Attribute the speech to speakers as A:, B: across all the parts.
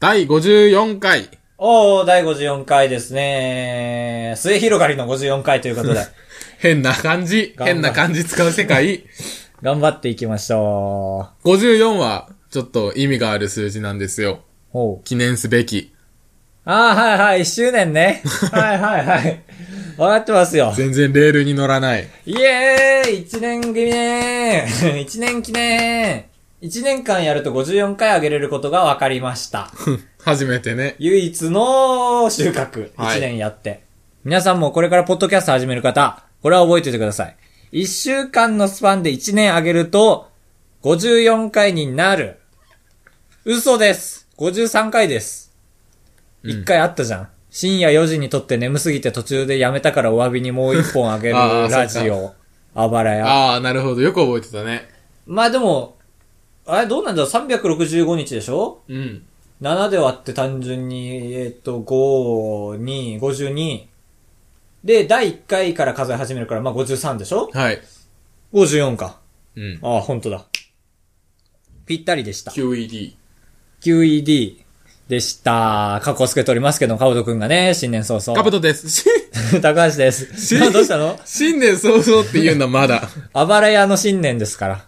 A: 第54回。
B: おー、第54回ですね。末広がりの54回という ことで、
A: 変な漢字。
B: 頑張る
A: 変な漢字使う世界。
B: 頑張っていきましょ
A: 54は、ちょっと意味がある数字なんですよ。
B: う。ほう。
A: 記念すべき。
B: あー、はいはい、1周年ね。 はいはいはい。わかってますよ。
A: 全然レールに乗らない。
B: イエーイ !1 年記 念 !1 年記念 !1 年間やると54回あげれることが分かりました。
A: 初めてね。
B: 唯一の収穫。
A: はい
B: 1年やって。皆さんもこれからポッドキャスト始める方、これは覚えておいてください。1週間のスパンで1年あげると、54回になる。嘘です。53回です。1回あったじゃん。深夜4時に撮って眠すぎて途中でやめたからお詫びにもう1本あげ る
A: あー
B: ラジオ。あばらや。
A: ああ、なるほど。よく覚えてたね。
B: まあでも、あれどうなんだろう ?365 日でしょ
A: うん。
B: 7で割って単純に、えっ、と、5、2、52。で、第1回から数え始めるから、まあ、53でしょ
A: はい。
B: ?54 か。
A: うん。
B: ああ、本当だ。ぴったりでした。
A: QED。
B: QED でした。過去つけておりますけど、かぶとくんがね、新年早々。
A: カブトです。 し
B: 高橋です。
A: し
B: どうしたの
A: 新年早々って言うのはまだ。
B: あばら屋の新年ですから。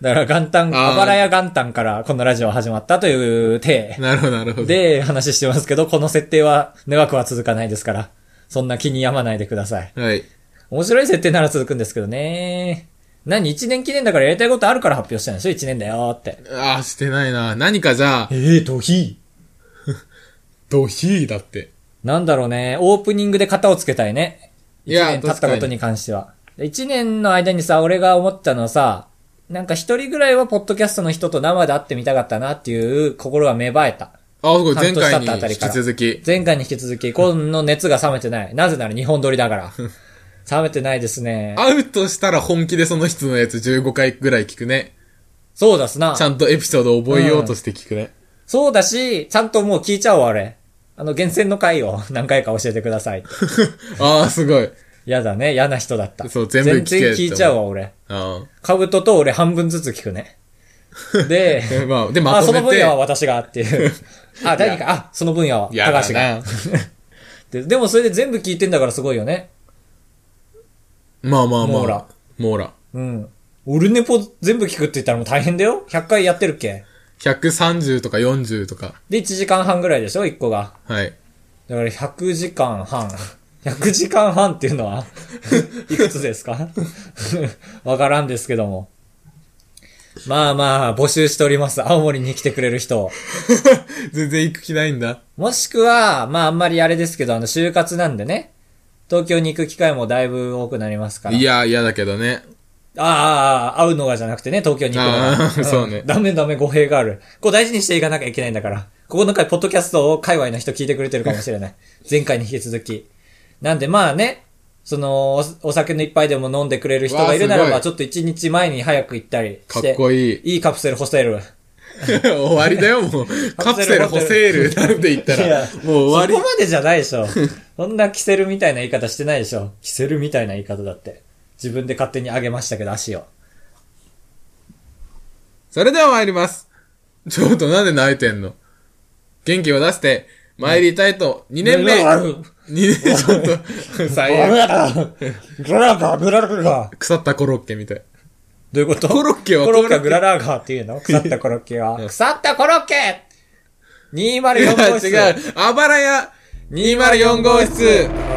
B: だから元旦、
A: あー
B: あばら屋元旦からこのラジオ始まったという体。
A: なるほど、なるほど。
B: で、話してますけど、この設定は長くは続かないですから、そんな気に病まないでください。
A: はい。
B: 面白い設定なら続くんですけどね。何一年記念だからやりたいことあるから発表したんでしょ一年だよーって。
A: ああ、してないな。何かじゃあ、
B: ええー、ドヒ
A: ドヒーだって。
B: なんだろうね。オープニングで型をつけたいね。
A: い
B: 一
A: や
B: 年経ったことに関しては。一年の間にさ、俺が思ったのはさ、なんか一人ぐらいはポッドキャストの人と生で会ってみたかったなっていう心が芽生えた。
A: ああ、すごい。前
B: 半年
A: 回
B: 経っ
A: に
B: たあた
A: 引
B: り
A: き
B: から
A: 続き。
B: 前回に引き続き、この熱が冷めてない。なぜなら日本撮りだから。冷めてないですね。
A: 会うとしたら本気でその人のやつ15回ぐらい聞くね。
B: そうだすな
A: ち。ゃんとエピソードを覚えようとして聞くね。
B: そうだし、ちゃんともう聞いちゃおう、あれ。あの、厳選の回を 何回か教えてください。
A: ああ、すごい。
B: やだね、嫌な人だった。
A: そう全部聞け
B: 全然聞いちゃうわ、俺。
A: あ
B: カブトと俺半分ずつ聞 くね。で、
A: あ。まあ、で、
B: あ、
A: ま
B: そ
A: と
B: の
A: め
B: 分
A: て。
B: 野は私がって いう。あ、誰か、あ、その分野は、
A: やだ
B: 高橋が。
A: な。
B: ででもそれで全部聞いてんだからすごいよね。
A: まあまあまあ。
B: モーラ。
A: モーラ。
B: うん。俺ネポ全部聞くって言ったらもう大変だよ。100回やってるっけ
A: 130とか40とか。
B: で、1時間半ぐらいでしょ ?1 個が。
A: はい。
B: だから100時間半。100時間半っていうのは、 いくつですか わからんですけども。まあまあ、募集しております。青森に来てくれる人を。
A: 全然行く気ないんだ。
B: もしくは、まああんまりあれですけど、あの、就活なんでね。東京に行く機会もだいぶ多くなりますから。
A: いや、嫌だけどね。
B: ああ、会うのがじゃなくてね、東京に行くの
A: あ
B: が。
A: ー そうね
B: んダメダメ、語弊がある。こう大事にしていかなきゃいけないんだから。ここの回、ポッドキャストを界隈の人聞いてくれてるかもし れない。前回に引き続き。なんでまあね、その、おお酒の一杯でも飲んでくれる人がいるなら
A: わあ
B: ば、
A: す
B: ちょっと一日前に早く行ったり
A: か
B: し。
A: ってこい い。
B: い。いカプセルホテル。
A: 終わりだよ、もう。カプセルホセールなんて言った
B: い
A: ら
B: や、
A: もう終
B: そ
A: わ
B: こまでじゃないで しょ。そんなキセルみたいな言い方してないでしょ。キセルみたいな言い方だって。自分で勝手に上げましたけど、足を。
A: り。それでは参ります。ちょっとなんで泣いてんの元気を出して、参りたいと、2年目。2年、ち ょっと、最悪。
B: グララーガー、グララーガー。
A: 腐ったコロッケみたい。
B: どういうこと
A: コロッケは
B: コロッケは
A: コ
B: グ
A: ロ
B: ララーガーっていうの腐ったコロッケ は。腐ったコロッケ !204
A: いや
B: 号室。
A: 違う。 あばらや204号室。
B: ズララズ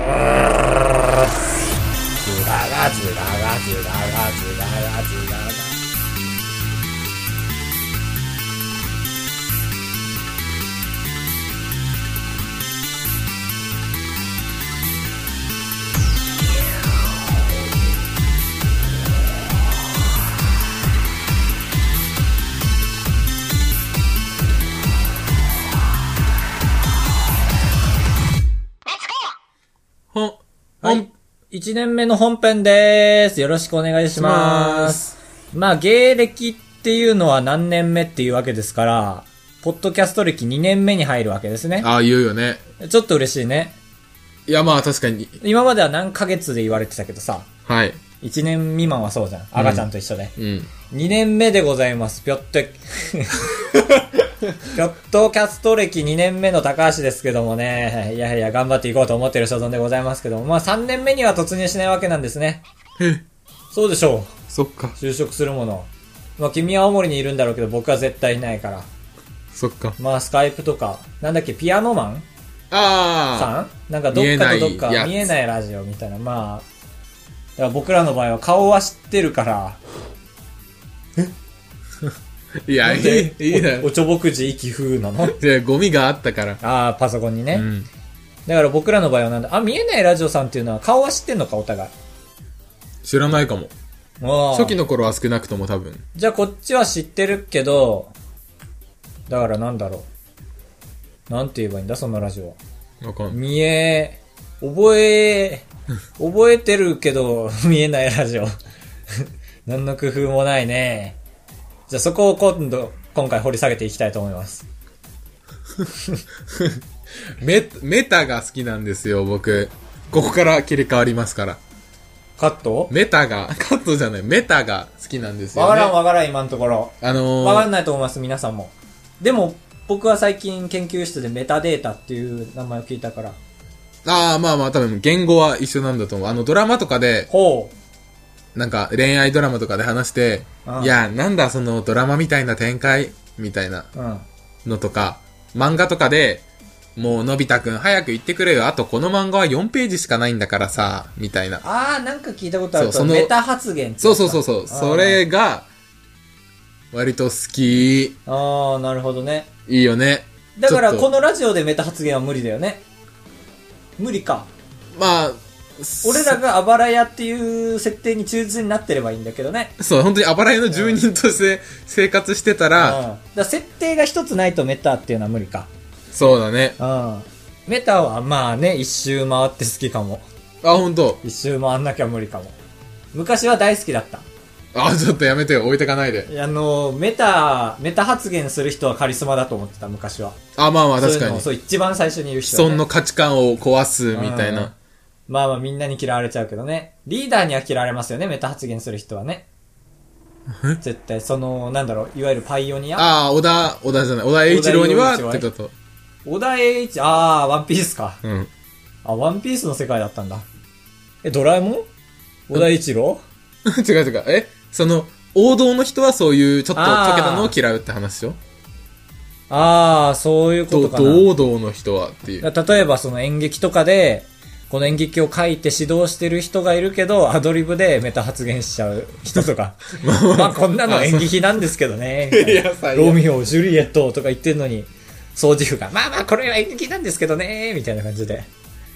B: ララズララズララズララ。
A: ほん、ほ
B: は
A: ん
B: い、。1年目の本編です。よろしくお願いします。まあ、芸歴っていうのは何年目っていうわけですから、ポッドキャスト歴2年目に入るわけですね。
A: ああ、言うよね。
B: ちょっと嬉しいね。
A: いや、まあ確かに。
B: 今までは何ヶ月で言われてたけどさ、
A: はい。
B: 1年未満はそうじゃん。赤ちゃんと一緒で。
A: うん。
B: 2年目でございます。ぴょって。キョットキャスト歴2年目の高橋ですけどもね、いやいや頑張っていこうと思ってる所存でございますけども、まあ3年目には突入しないわけなんですね。そうでしょ
A: そっか
B: う。、就職するもの。まあ君は青森にいるんだろうけど、僕は絶対いないから。
A: そっか。
B: まあスカイプとか、なんだっけ、ピアノマン
A: あ
B: さんなんかどっかとどっ
A: 見えないや
B: か
A: つ
B: 見えないラジオみたいな、まあ、だから僕らの場合は顔は知ってるから、
A: あ。いや、いい、 いいな。
B: おおちょぼくじ息風なの
A: じゃあゴミがあったから。
B: ああ、パソコンにね。
A: うん。
B: だから僕らの場合はなんだ、あ、見えないラジオさんっていうのは顔は知ってんのか、お互い。
A: 知らないかも。
B: ああ
A: 初期の頃は少なくとも多分。
B: じゃあこっちは知ってるけど、だからなんだろう。なんて言えばいいんだ、そのラジオは。
A: わかんない。
B: 見え、覚え、覚えてるけど、 見えないラジオ。何の工夫もないね。じゃあそこを今度、今回掘り下げていきたいと思います。
A: メ、メタが好きなんですよ、僕。ここから切り替わりますから。
B: カット
A: メタが、カットじゃない、メタが好きなんですよ、
B: わ
A: ね。
B: からんわからん、今のところ。
A: あのー、
B: わかんないと思います、皆さんも。でも、僕は最近研究室でメタデータっていう名前を聞いたから。
A: ああ、まあまあ、多分言語は一緒なんだと思う。あの、ドラマとかで、
B: ほう。
A: なんか恋愛ドラマとかで話して、
B: ああ
A: いや、なんだそのドラマみたいな展開、みたいな
B: うん。
A: のとか、漫画とかで、もうのび太くん早く行ってくれよ。あとこの漫画は4ページしかないんだからさ、みたいな。
B: あー、なんか聞いたことある
A: そうその
B: メタ発言って
A: そ
B: や
A: う
B: つ
A: そ
B: か
A: うそうそう。
B: あー
A: それが、割と好き。い
B: あー、なるほどね。
A: いよね。
B: だから、
A: ちょっ
B: ことのラジオでメタ発言は無理だよね。無理か。
A: まあ、
B: 俺らがあばら屋っていう設定に忠実になってればいいんだけどね。
A: そう、本当にあばら屋の住人として生活してた
B: うん。だ
A: ら、
B: から設定が一つないとメタっていうのは無理か。
A: そうだね。
B: うん。メタは、まあね、一周回って好きかも。
A: あ、本当。
B: 一周回んなきゃ無理かも。昔は大好きだった。
A: あ、ちょっとやめてよ。置いてかないで。
B: あの、メタ、メタ発言する人はカリスマだと思ってた、昔は。
A: あ、まあまあ、確
B: そうい
A: か
B: うの
A: に
B: を。そう、一番最初に言う
A: 既
B: 人、
A: 存の
B: ね。
A: 価値観を壊すみたい
B: うん
A: な。
B: まあまあみんなに嫌われちゃうけどね。リーダーには嫌われますよね、メタ発言する人はね。絶対、その、なんだろう、いわゆるパイオニア。
A: ああ、小田、小田じゃない。小田栄一郎には、
B: 小田栄一郎
A: ってこと。
B: 小田栄一、あー、ワンピースか。
A: うん。
B: あ、ワンピースの世界だったんだ。え、ドラえもん小田栄一郎
A: 違う違う。えその、王道の人はそういう、ちょっと溶けたのを嫌うって話よ。
B: あー、そういうこ
A: と、
B: とかな。
A: 道道の人はっていう。
B: だ例えばその演劇とかで、この演劇を書いて指導してる人がいるけど、アドリブでメタ発言しちゃう人と か。まあこんなの演劇なんですけど ね。みたいな
A: 最
B: ロミオ、ジュリエットとか言ってんのに、掃除婦が、まあまあこれは演劇なんですけどね、みたいな感じで、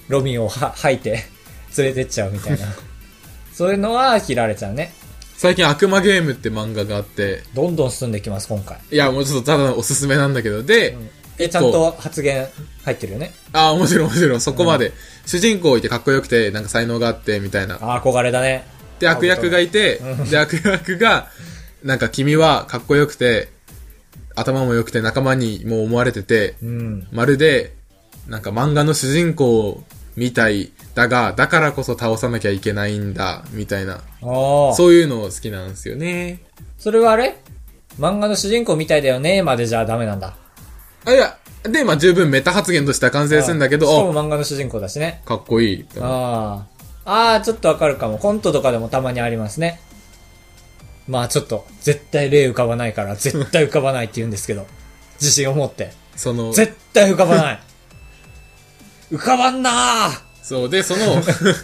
B: ロミオをは吐いて、連れてっちゃうみ たいな。そういうのは切られちゃうね。
A: 最近、悪魔ゲームって漫画があって、
B: どんどん進んできます、今回。
A: いや、もうちょっとただのおすすめなんだけど、で、
B: え、ちゃんと発言入ってるよね。
A: ああ、もちろんもちろん、そこまで、主人公いてかっこよくて、なんか才能があって、みたいな。
B: ああ、憧れだね。
A: で、悪役がいて、で、悪役が、なんか君はかっこよくて、頭も良くて仲間にも思われてて、
B: うん。
A: まるで、なんか漫画の主人公みたいだが、だからこそ倒さなきゃいけないんだ、みたいな。
B: ああ。
A: そういうのを好きなんですよね。
B: それはあれ漫画の主人公みたいだよね、までじゃダメなんだ。
A: あ、いや、で、まあ十分メタ発言としては完成するんだけ
B: ああしか
A: ど、
B: も漫画の主人公だしね。
A: あ、かっこいい。
B: ああ。ああ、ちょっとわかるかも。コントとかでもたまにありますね。まあちょっと、絶対例浮かばないから、絶対浮かばないって言うんですけど、自信を持って。
A: その、
B: 絶対浮かばない浮かばんなー
A: そう、で、その、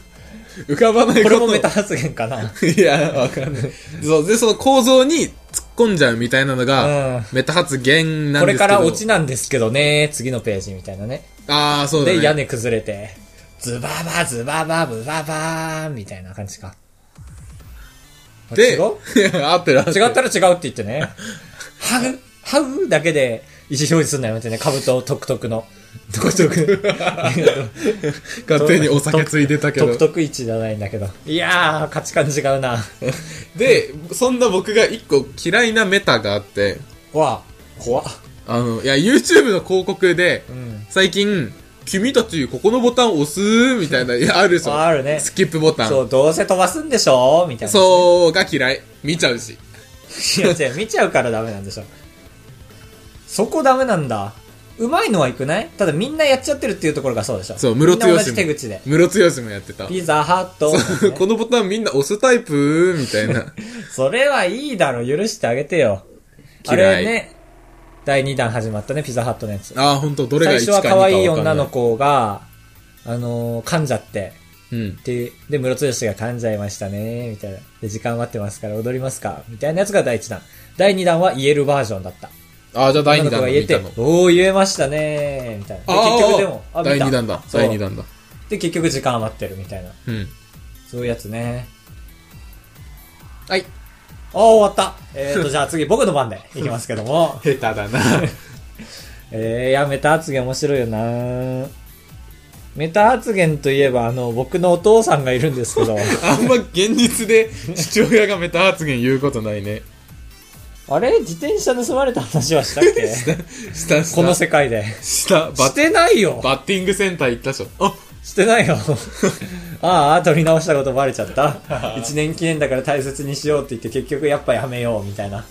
A: 浮かばない
B: こ
A: こ
B: れ
A: と
B: もメタ発言かな。
A: いや、わかんない。そう、で、その構造に突っ込んじゃうみたいなのが、
B: うん
A: メタ発言なん
B: こ
A: で
B: れ
A: すけど。
B: からオチなんですけどね、次のページみたいなね。
A: ああ、そうだね。
B: で、屋根崩れて、ズババズババブババーンみたいな感じか。
A: で、
B: 違う
A: い や合ってる合ってる
B: 違ったら違うって言ってね。はう、はうだけで意思表示すんなよってね、兜独特の。独 特。
A: 勝手にお酒ついでたけど
B: 独。特位置じゃないんだけど。いやー、価値観違うな。
A: で、そんな僕が一個嫌いなメタがあって、
B: わあ、怖っ。
A: あの、いや、YouTube の広告で、
B: うん。
A: 最近、君たち、ここのボタン押すみたいな、いやあるでしょ。
B: あるね
A: スキップボタン。
B: そう、どうせ飛ばすんでしょみたいな。
A: そうが嫌い。見ちゃうし。
B: いや、違う、見ちゃうからダメなんでしょ。そこダメなんだ。うまいのはいくないただみんなやっちゃってるっていうところがそうでしょ。
A: そう、ムロツ
B: みん
A: ヨ
B: な同
A: シ
B: じ
A: も。
B: 手口で。
A: ムロツヨシもやってた。
B: ピザハット、
A: そうこのボタンみんな押すタイプみたいな。
B: それはいいだろ、許してあげてよ。あ
A: 嫌い
B: れね、第2弾始まったね、ピザハットのやつ。
A: ああ、ほんと、どれが
B: 最
A: 1
B: 初
A: か2か
B: は
A: わかん
B: 可
A: ない。
B: 愛い女の子が、あのー噛んじゃって、
A: うん。
B: って、で、ムロツヨシが噛んじゃいましたね、みたいな。で、時間待ってますから踊りますか、みたいなやつが第1弾。第2弾は言えるバージョンだった。
A: ああ、じゃあ第2
B: 女の
A: 弾
B: 子
A: だ
B: が言え
A: 見
B: て
A: たの、。
B: おー言えましたね、みたいな。
A: あ
B: で、
A: あ
B: 結局でも、あ、見た
A: 第2弾だ。
B: そう
A: 第2弾だ。
B: で、結局時間余ってるみたいな。
A: うん。
B: そういうやつね。
A: はい。
B: あー終わった。えーと、じゃあ次僕の番でいきますけども。
A: 下手だな。
B: えー、いや、メタ発言面白いよなメタ発言といえば、あの、僕のお父さんがいるんです けど、
A: あんま現実で父親がメタ発言言うことないね。
B: あれ自転車盗まれた話は したっけ
A: 下、下、
B: この世界で。
A: 下、バッ
B: してないよ
A: バッティングセンター行ったでしょ。あ
B: してないよ ああ、撮り直したことバレちゃった。一年記念だから大切にしようって言って結局やっぱやめようみたいな。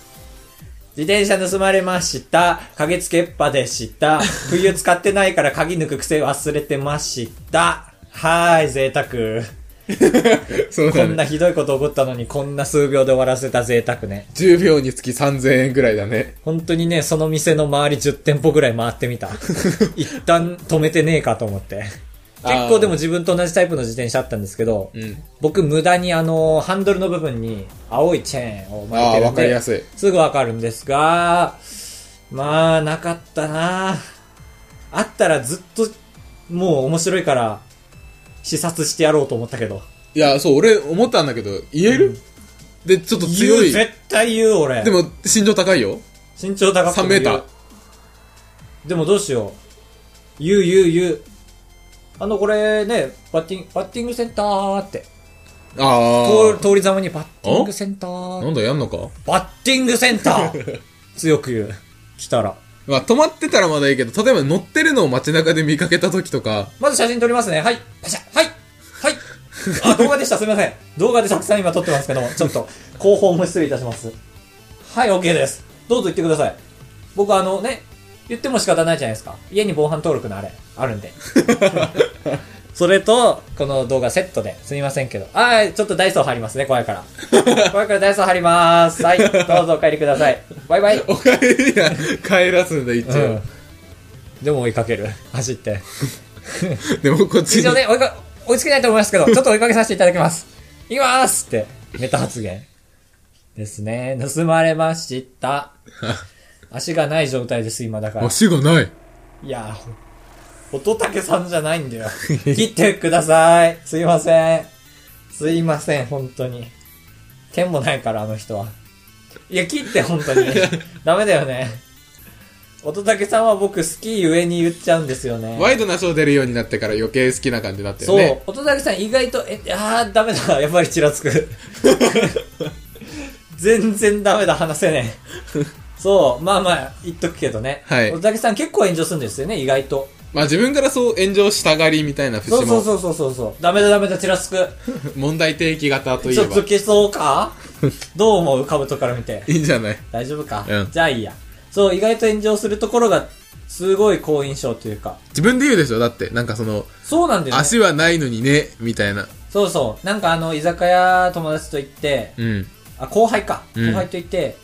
B: 自転車盗まれました。鍵つけっぱでした。冬使ってないから鍵抜く癖忘れてました。はーい、贅沢。
A: そう
B: こ
A: だ
B: んな
A: ね。
B: ひどいこと起こったのにこんな数秒で終わらせた贅沢ね。
A: 10秒につき3000円ぐらいだね。
B: 本当にね、その店の周り10店舗ぐらい回ってみた。一旦止めてねえかと思って。
A: あー
B: 結構でも自分と同じタイプの自転車あったんですけど、
A: うん。
B: 僕無駄にあの、ハンドルの部分に青いチェーンを巻い
A: あ
B: て
A: あ、
B: る
A: わ
B: ん
A: かりや
B: で、
A: すい。
B: すぐわかるんですが、まあ、なかったなあったらずっと、もう面白いから、視察してやろうと思ったけど。
A: いや、そう、俺思ったんだけど、言える、で、ちょっと強
B: 言う
A: い。
B: 絶対言う俺。
A: でも、身長高いよ。
B: 身長高くて
A: 3
B: も
A: メ
B: 言う
A: ーター。
B: でもどうしよう。言う言う言う。あの、これね、バッティング、バッティングセンターって。
A: あ
B: 通通りざまにバッティングセンタ
A: あ。
B: ー
A: なんだ、やんのか
B: バッティングセンター 強く言う。来たら。
A: まあ、止まってたらまだいいけど、例えば乗ってるのを街中で見かけた時とか、
B: まず写真撮りますね。はい。パシャ。はい。はい。あ、動画でした。すみません。動画でたくさん今撮ってますけども、ちょっと、後方も失礼いたします。はい、OK です。どうぞ言ってください。僕あのね、言っても仕方ないじゃないですか。家に防犯登録のあれ、あるん で。それと、この動画セットで、すみませんけど。あーちょっとダイソー貼りますね、怖いから。怖いからダイソー貼りまーす。はい、どうぞお帰りください。バイバイ。
A: お帰りや、帰らすんだ、一応。
B: でも追いかける。走って。
A: でも、こっち
B: 以上
A: に、
B: で追いか追いつけないと思いますけ ど、ちょっと追いかけさせていただきます。いきますって、メタ発言。ですね。盗まれま した。足がない状態です、今だから。
A: 足がない。
B: いやー、乙武さんじゃないんだよ。切ってください。すいません。すいません、本当に。剣もないから、あの人は。いや、切って、本当に。ダメだよね。乙武さんは僕、好きゆえに言っちゃうんですよね。
A: ワイドなショー出るようになってから余計好きな感じになってる
B: そう、
A: ね。
B: 音崎さん意外と、え、あー、ダメだ、やっぱりちらつく。全然ダメだ、話せねえ。そう、まあまあ、言っとくけどね。
A: はい
B: 音崎さん結構炎上するんですよね、意外と。
A: まあ自分からそう炎上したがりみたいな節
B: そうそう
A: も、
B: そうそうそうそう。ダメだダメだ、ちらつく。
A: 問題提起型とい
B: ちょ
A: え
B: っ
A: ば
B: と、消そうか どう思うカブトから見て。
A: いいんじゃない
B: 大丈夫か、
A: うん
B: じゃあいいや。そう、意外と炎上するところが、すごい好印象というか。
A: 自分で言うでしょだって、なんかその、
B: そうなんだよね。
A: 足はないのにね、みたいな。
B: そうそう。なんかあの、居酒屋友達と行って、
A: うん。
B: あ、後輩か。
A: うん
B: 後輩と言って、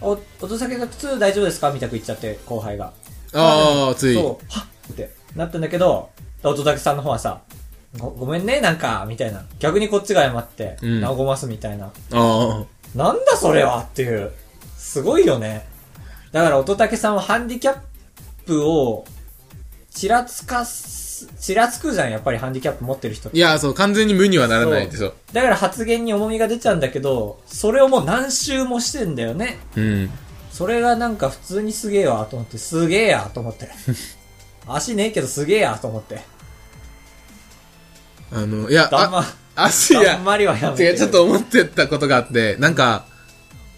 B: お、音酒が靴大丈夫ですかみたく言っちゃって、後輩が。
A: ああ、つい。
B: そう、はっってなったんだけど、音酒さんの方はさ、ごごめんね、なんか、みたいな。逆にこっちが謝って、
A: うん
B: 和ますみたいな。
A: ああ。
B: なんだそれはっていう。すごいよね。だから音武さんはハンディキャップを、ちらつかす、ちらつくじゃん、やっぱりハンディキャップ持ってる人って
A: いや、そう、完全に無にはならないでしょ。
B: だから発言に重みが出ちゃうんだけど、それをもう何周もしてんだよね。
A: うん。
B: それがなんか普通にすげえわと思って、すげえやと 思って。足ねえけどすげえやと思って。
A: あの、いや、
B: だん
A: あ
B: ま、
A: 足
B: だ
A: や
B: ん、まりはやめて。
A: 違う、ちょっと。思ってたことがあって、なんか、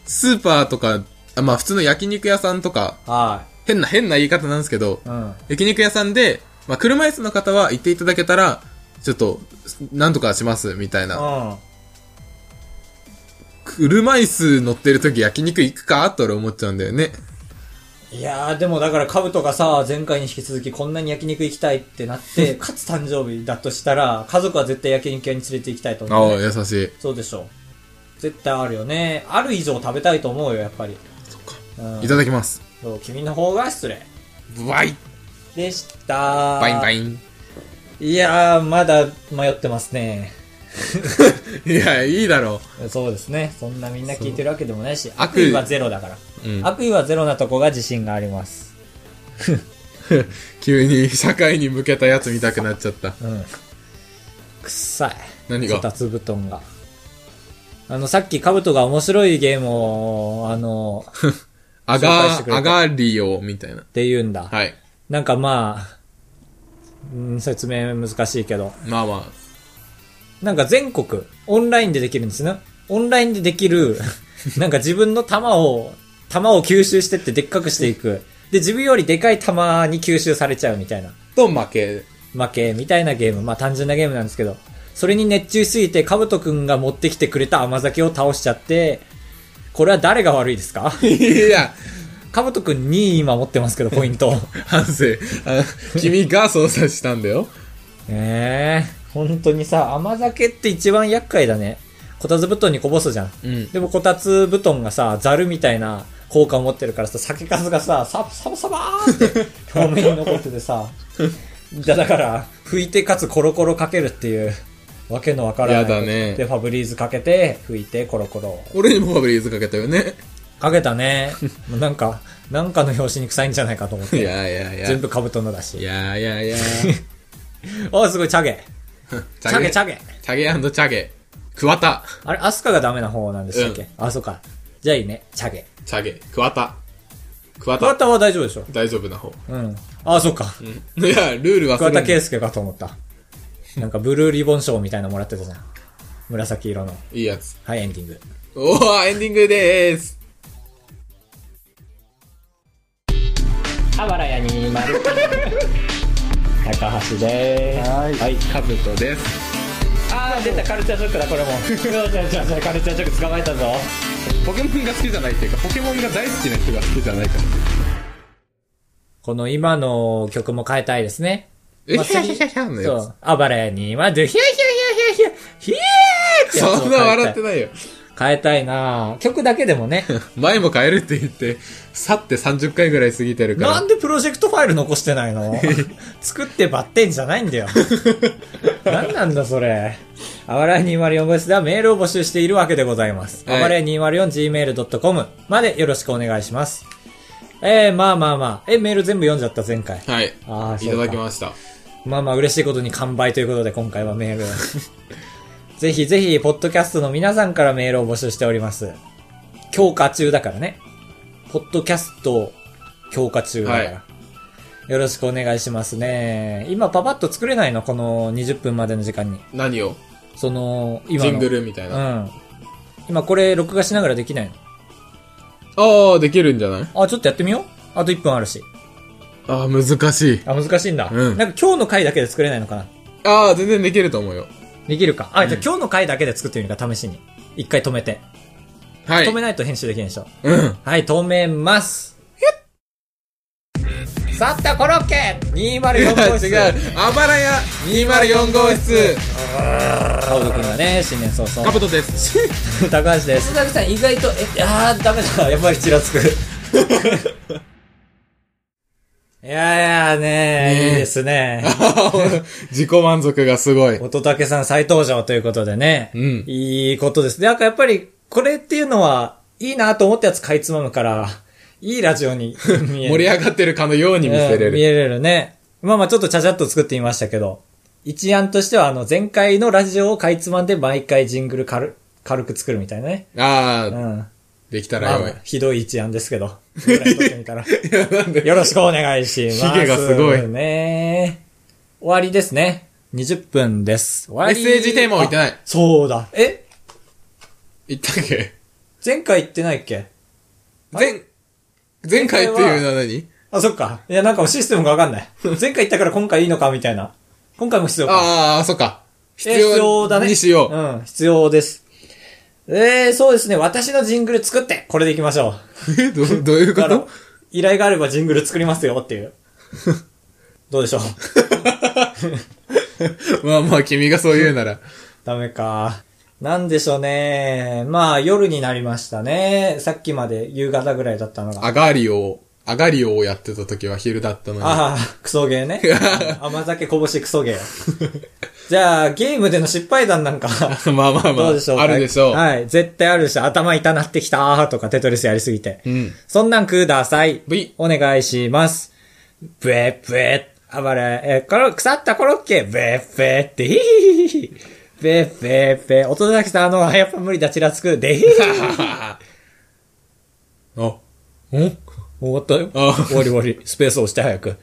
A: スーパーとか、あまあ普通の焼肉屋さんとか、
B: は
A: 変な、変な言い方なんですけど
B: い。、うん。
A: 焼肉屋さんで、まあ車椅子の方は行っていただけたら、ちょっと、なんとかします、みたいな。車椅子乗ってる時焼肉行くかと俺思っちゃうんだよね。
B: いやー、でもだから、カブトがさ、前回に引き続きこんなに焼肉行きたいってなって、 かつ誕生日だとしたら、家族は絶対焼肉屋に連れて行きたいと
A: ああ、
B: 思う、ね。
A: 優しい。
B: そうでしょう。絶対あるよね。ある以上食べたいと思うよ、やっぱり。
A: そっか。
B: うん
A: いただきます。
B: そう君の方が失礼。
A: ブワイ
B: でした。
A: バインバイン。
B: いやー、まだ迷ってますね。
A: いや、いいだろ
B: そうですね。そんなみんな聞いてるわけでもないし、
A: そう
B: 悪意はゼロだから。
A: う。うん。
B: 悪意はゼロなとこが自信があります。
A: 急に社会に向けたやつ見たくなっちゃった。
B: うん。臭い。
A: 何
B: こ
A: が
B: たつ布団が。あの、さっきカブトが面白いゲームを、あの、っ
A: ア
B: 紹介し
A: ガ
B: てく
A: ー、
B: れた
A: アガリオみたいな。
B: て言うんだ。
A: はい。
B: なんかまあ、うん、説明難しいけど。
A: まあま
B: なんか全国、オンラインでできるんですね。オンラインでできる、 なんか自分の弾を、弾を吸収してってでっかくしていく。で、自分よりでかい弾に吸収されちゃうみたいな。
A: あ。と負け。
B: 負けみたいなゲーム。まあ単純なゲームなんですけど。それに熱中しすぎて、カブトくんが持ってきてくれた甘酒を倒しちゃって、これは誰が悪いですか
A: いや、
B: カブトくん2位今持ってますけど、ポイント。
A: 反省。あ君が操作したんだよ。
B: ええ本当にさ、甘酒って一番厄介だね。こたつ布団にこぼすじゃん。
A: うん。
B: でもこたつ布団がさ、ザルみたいな効果を持ってるからさ、酒粕がさ、ササバサバーって表面に残っててさ、だだから、拭いてかつコロコロかけるっていう、わけのわからない。
A: やだね
B: で、ファブリーズかけて、拭いてコロコロ。
A: 俺にもファブリーズかけたよね。
B: かけ たね。もうなんか、なんかの表紙に臭いんじゃないかと思っ
A: い
B: て。
A: やいやいや。
B: 全部カブトのだ
A: い
B: し。
A: やいやいや。
B: おーすごい、チャゲ。チ
A: チ
B: ャ
A: ャ
B: ゲ
A: ゲ
B: チャゲ。
A: チャゲチャゲ。クワタ。
B: あれ、アスカがダメな方なんでしたっけ、
A: うん
B: あ、そうか。じゃあいいね。チャゲ。
A: チャゲ。クワタ。クワ
B: 桑
A: タ。
B: 田は大丈夫でしょ
A: 大丈夫な方。
B: うん。あ、そうか。
A: うん。いや、ルール忘
B: 桑
A: れ
B: 田
A: ん
B: 佳祐かと思った。なんかブルーリボン賞みたいなのもらってたじゃん。紫色の。
A: いいやつ。
B: はい、エンディング。
A: おー、エンディングでーす。
B: あばらやにまる。高橋でーす。
A: はい。はい、カブトです。
B: あー、出た、カルチャーショックだ、これも。ちょちょちょカルチャーショック捕まえたぞ。
A: ポケモンが好きじゃないっていうか、ポケモンが大好きな人が好きじゃないから。
B: この今の曲も変えたいですね。
A: え、
B: まあ
A: ひゃひゃひゃひゃの
B: そ
A: や
B: う。あばらやにまる。ヒャヒャヒャ
A: つ。
B: ヒャヒャヒャヒャーってやつを
A: そんな笑って
B: 変えたい
A: ないよ。
B: 変えたいなぁ曲だけで もね。
A: 前も変えるって言って、去って30回ぐらい過ぎてるから。
B: なんでプロジェクトファイル残してない の作ってばってんじゃないんだよ。なんなんだそれ。あばらい204号室ではメールを募集しているわけでございます。
A: はい
B: あばらい 204gmail.com までよろしくお願いします。えー、まあまあまあ。え、メール全部読んじゃった前回。
A: はい。
B: ああ、
A: い
B: そう
A: た
B: か
A: だきました。
B: まあまあ嬉しいことに完売ということで今回はメールを。 ぜひぜひ、ポッドキャストの皆さんからメールを募集しております。強化中だからね。ポッドキャスト強化中だから。
A: は
B: よろしくお願いしますね。今パパッと作れないのこの20分までの時間に。
A: 何を
B: その、今の。
A: ジングルみたいうな。
B: ん。今これ録画しながらできない
A: ああ、できるんじゃない
B: のあ、ちょっとやってみよう。あと1分あるし。
A: ああ、難しい。
B: あ、難しいんだ。
A: うん
B: なんか今日の回だけで作れないのかな
A: ああ、全然できると思うよ。
B: できるか。あ、じゃあ今日の回だけで作ってみるか、試しに。一回止めて。
A: はい。
B: 止めないと編集できないでしょ。
A: うん。
B: はい、止めます。さったコロッケ !204 号 室
A: 違う。あばらや204号室。
B: カオド君がね、新年早
A: カ
B: 々。
A: ブトです。
B: 高橋です。鈴木さん意外と、え、あー、ダメだ。やっぱりちらつく。 いやいやねいいですね。
A: 自己満足がすごい。
B: 乙武さん再登場ということでね。
A: うん
B: いいことです。で、なんかやっぱり、これっていうのは、いいなと思ったやつ買いつまむから、いいラジオに見え る。
A: 盛り上がってるかのように見せれ
B: うん見
A: る。
B: えれるね。まあまあちょっとちゃちゃっと作ってみましたけど、一案としてはあの前回のラジオをかいつまんで毎回ジングル軽軽く作るみたいなね。
A: あ
B: うん。
A: あ、
B: ま
A: できた
B: あ
A: らや
B: ま
A: ばい
B: あ。ひどい一案です けど。ぐらい撮ってみたら
A: い や、なんで
B: よろしくお願いします。
A: ヒゲがすごい
B: ね終わりですね。20分です。終わり
A: メッセージテーマを言ってない
B: あそうだ。え
A: 言ったっけ
B: 前回言ってないっけ
A: 前、前回っていうのは何
B: あ、そっか。いや、なんかもうシステムがわかんない。前回言ったから今回いいのかみたいな。今回も必要か。
A: ああ、そっか。必
B: えー必要だ
A: 要
B: ね。
A: にしよう。
B: うん、必要です。えー、そうですね。私のジングル作ってこれでいきましょ う。
A: え、ど、どういうこ
B: だから
A: と
B: 依頼があればジングル作りますよって いう。どうでしょう
A: まあまあ、君がそう言うなら。
B: ダメか。なんでしょうね。まあ、夜になりましたね。さっきまで夕方ぐらいだったのが。
A: アガリオを、アガリオをやってた時は昼だったのに。
B: ああ、クソゲ ーね。甘酒こぼしクソゲー。じゃあ、ゲームでの失敗談なんか。
A: まあまあま
B: どうでしょう
A: あ。
B: か
A: あるでしょう。
B: はい。絶対あるでしょ。頭痛なってきたーとか、テトリスやりすぎて。
A: うん。
B: そんなんください。
A: ブイ
B: お願いします。ブエブエあばれ、えー、この腐ったコロッケ、ブエブエって、ヒヒヒヒヒ。ブエブエブエ。音崎さん、あの、やっぱ無理だ、ちらつく。で、ヒヒヒヒ。
A: あ、ん
B: 終わったよ。
A: あ
B: 終わり終わり。スペース押して早く。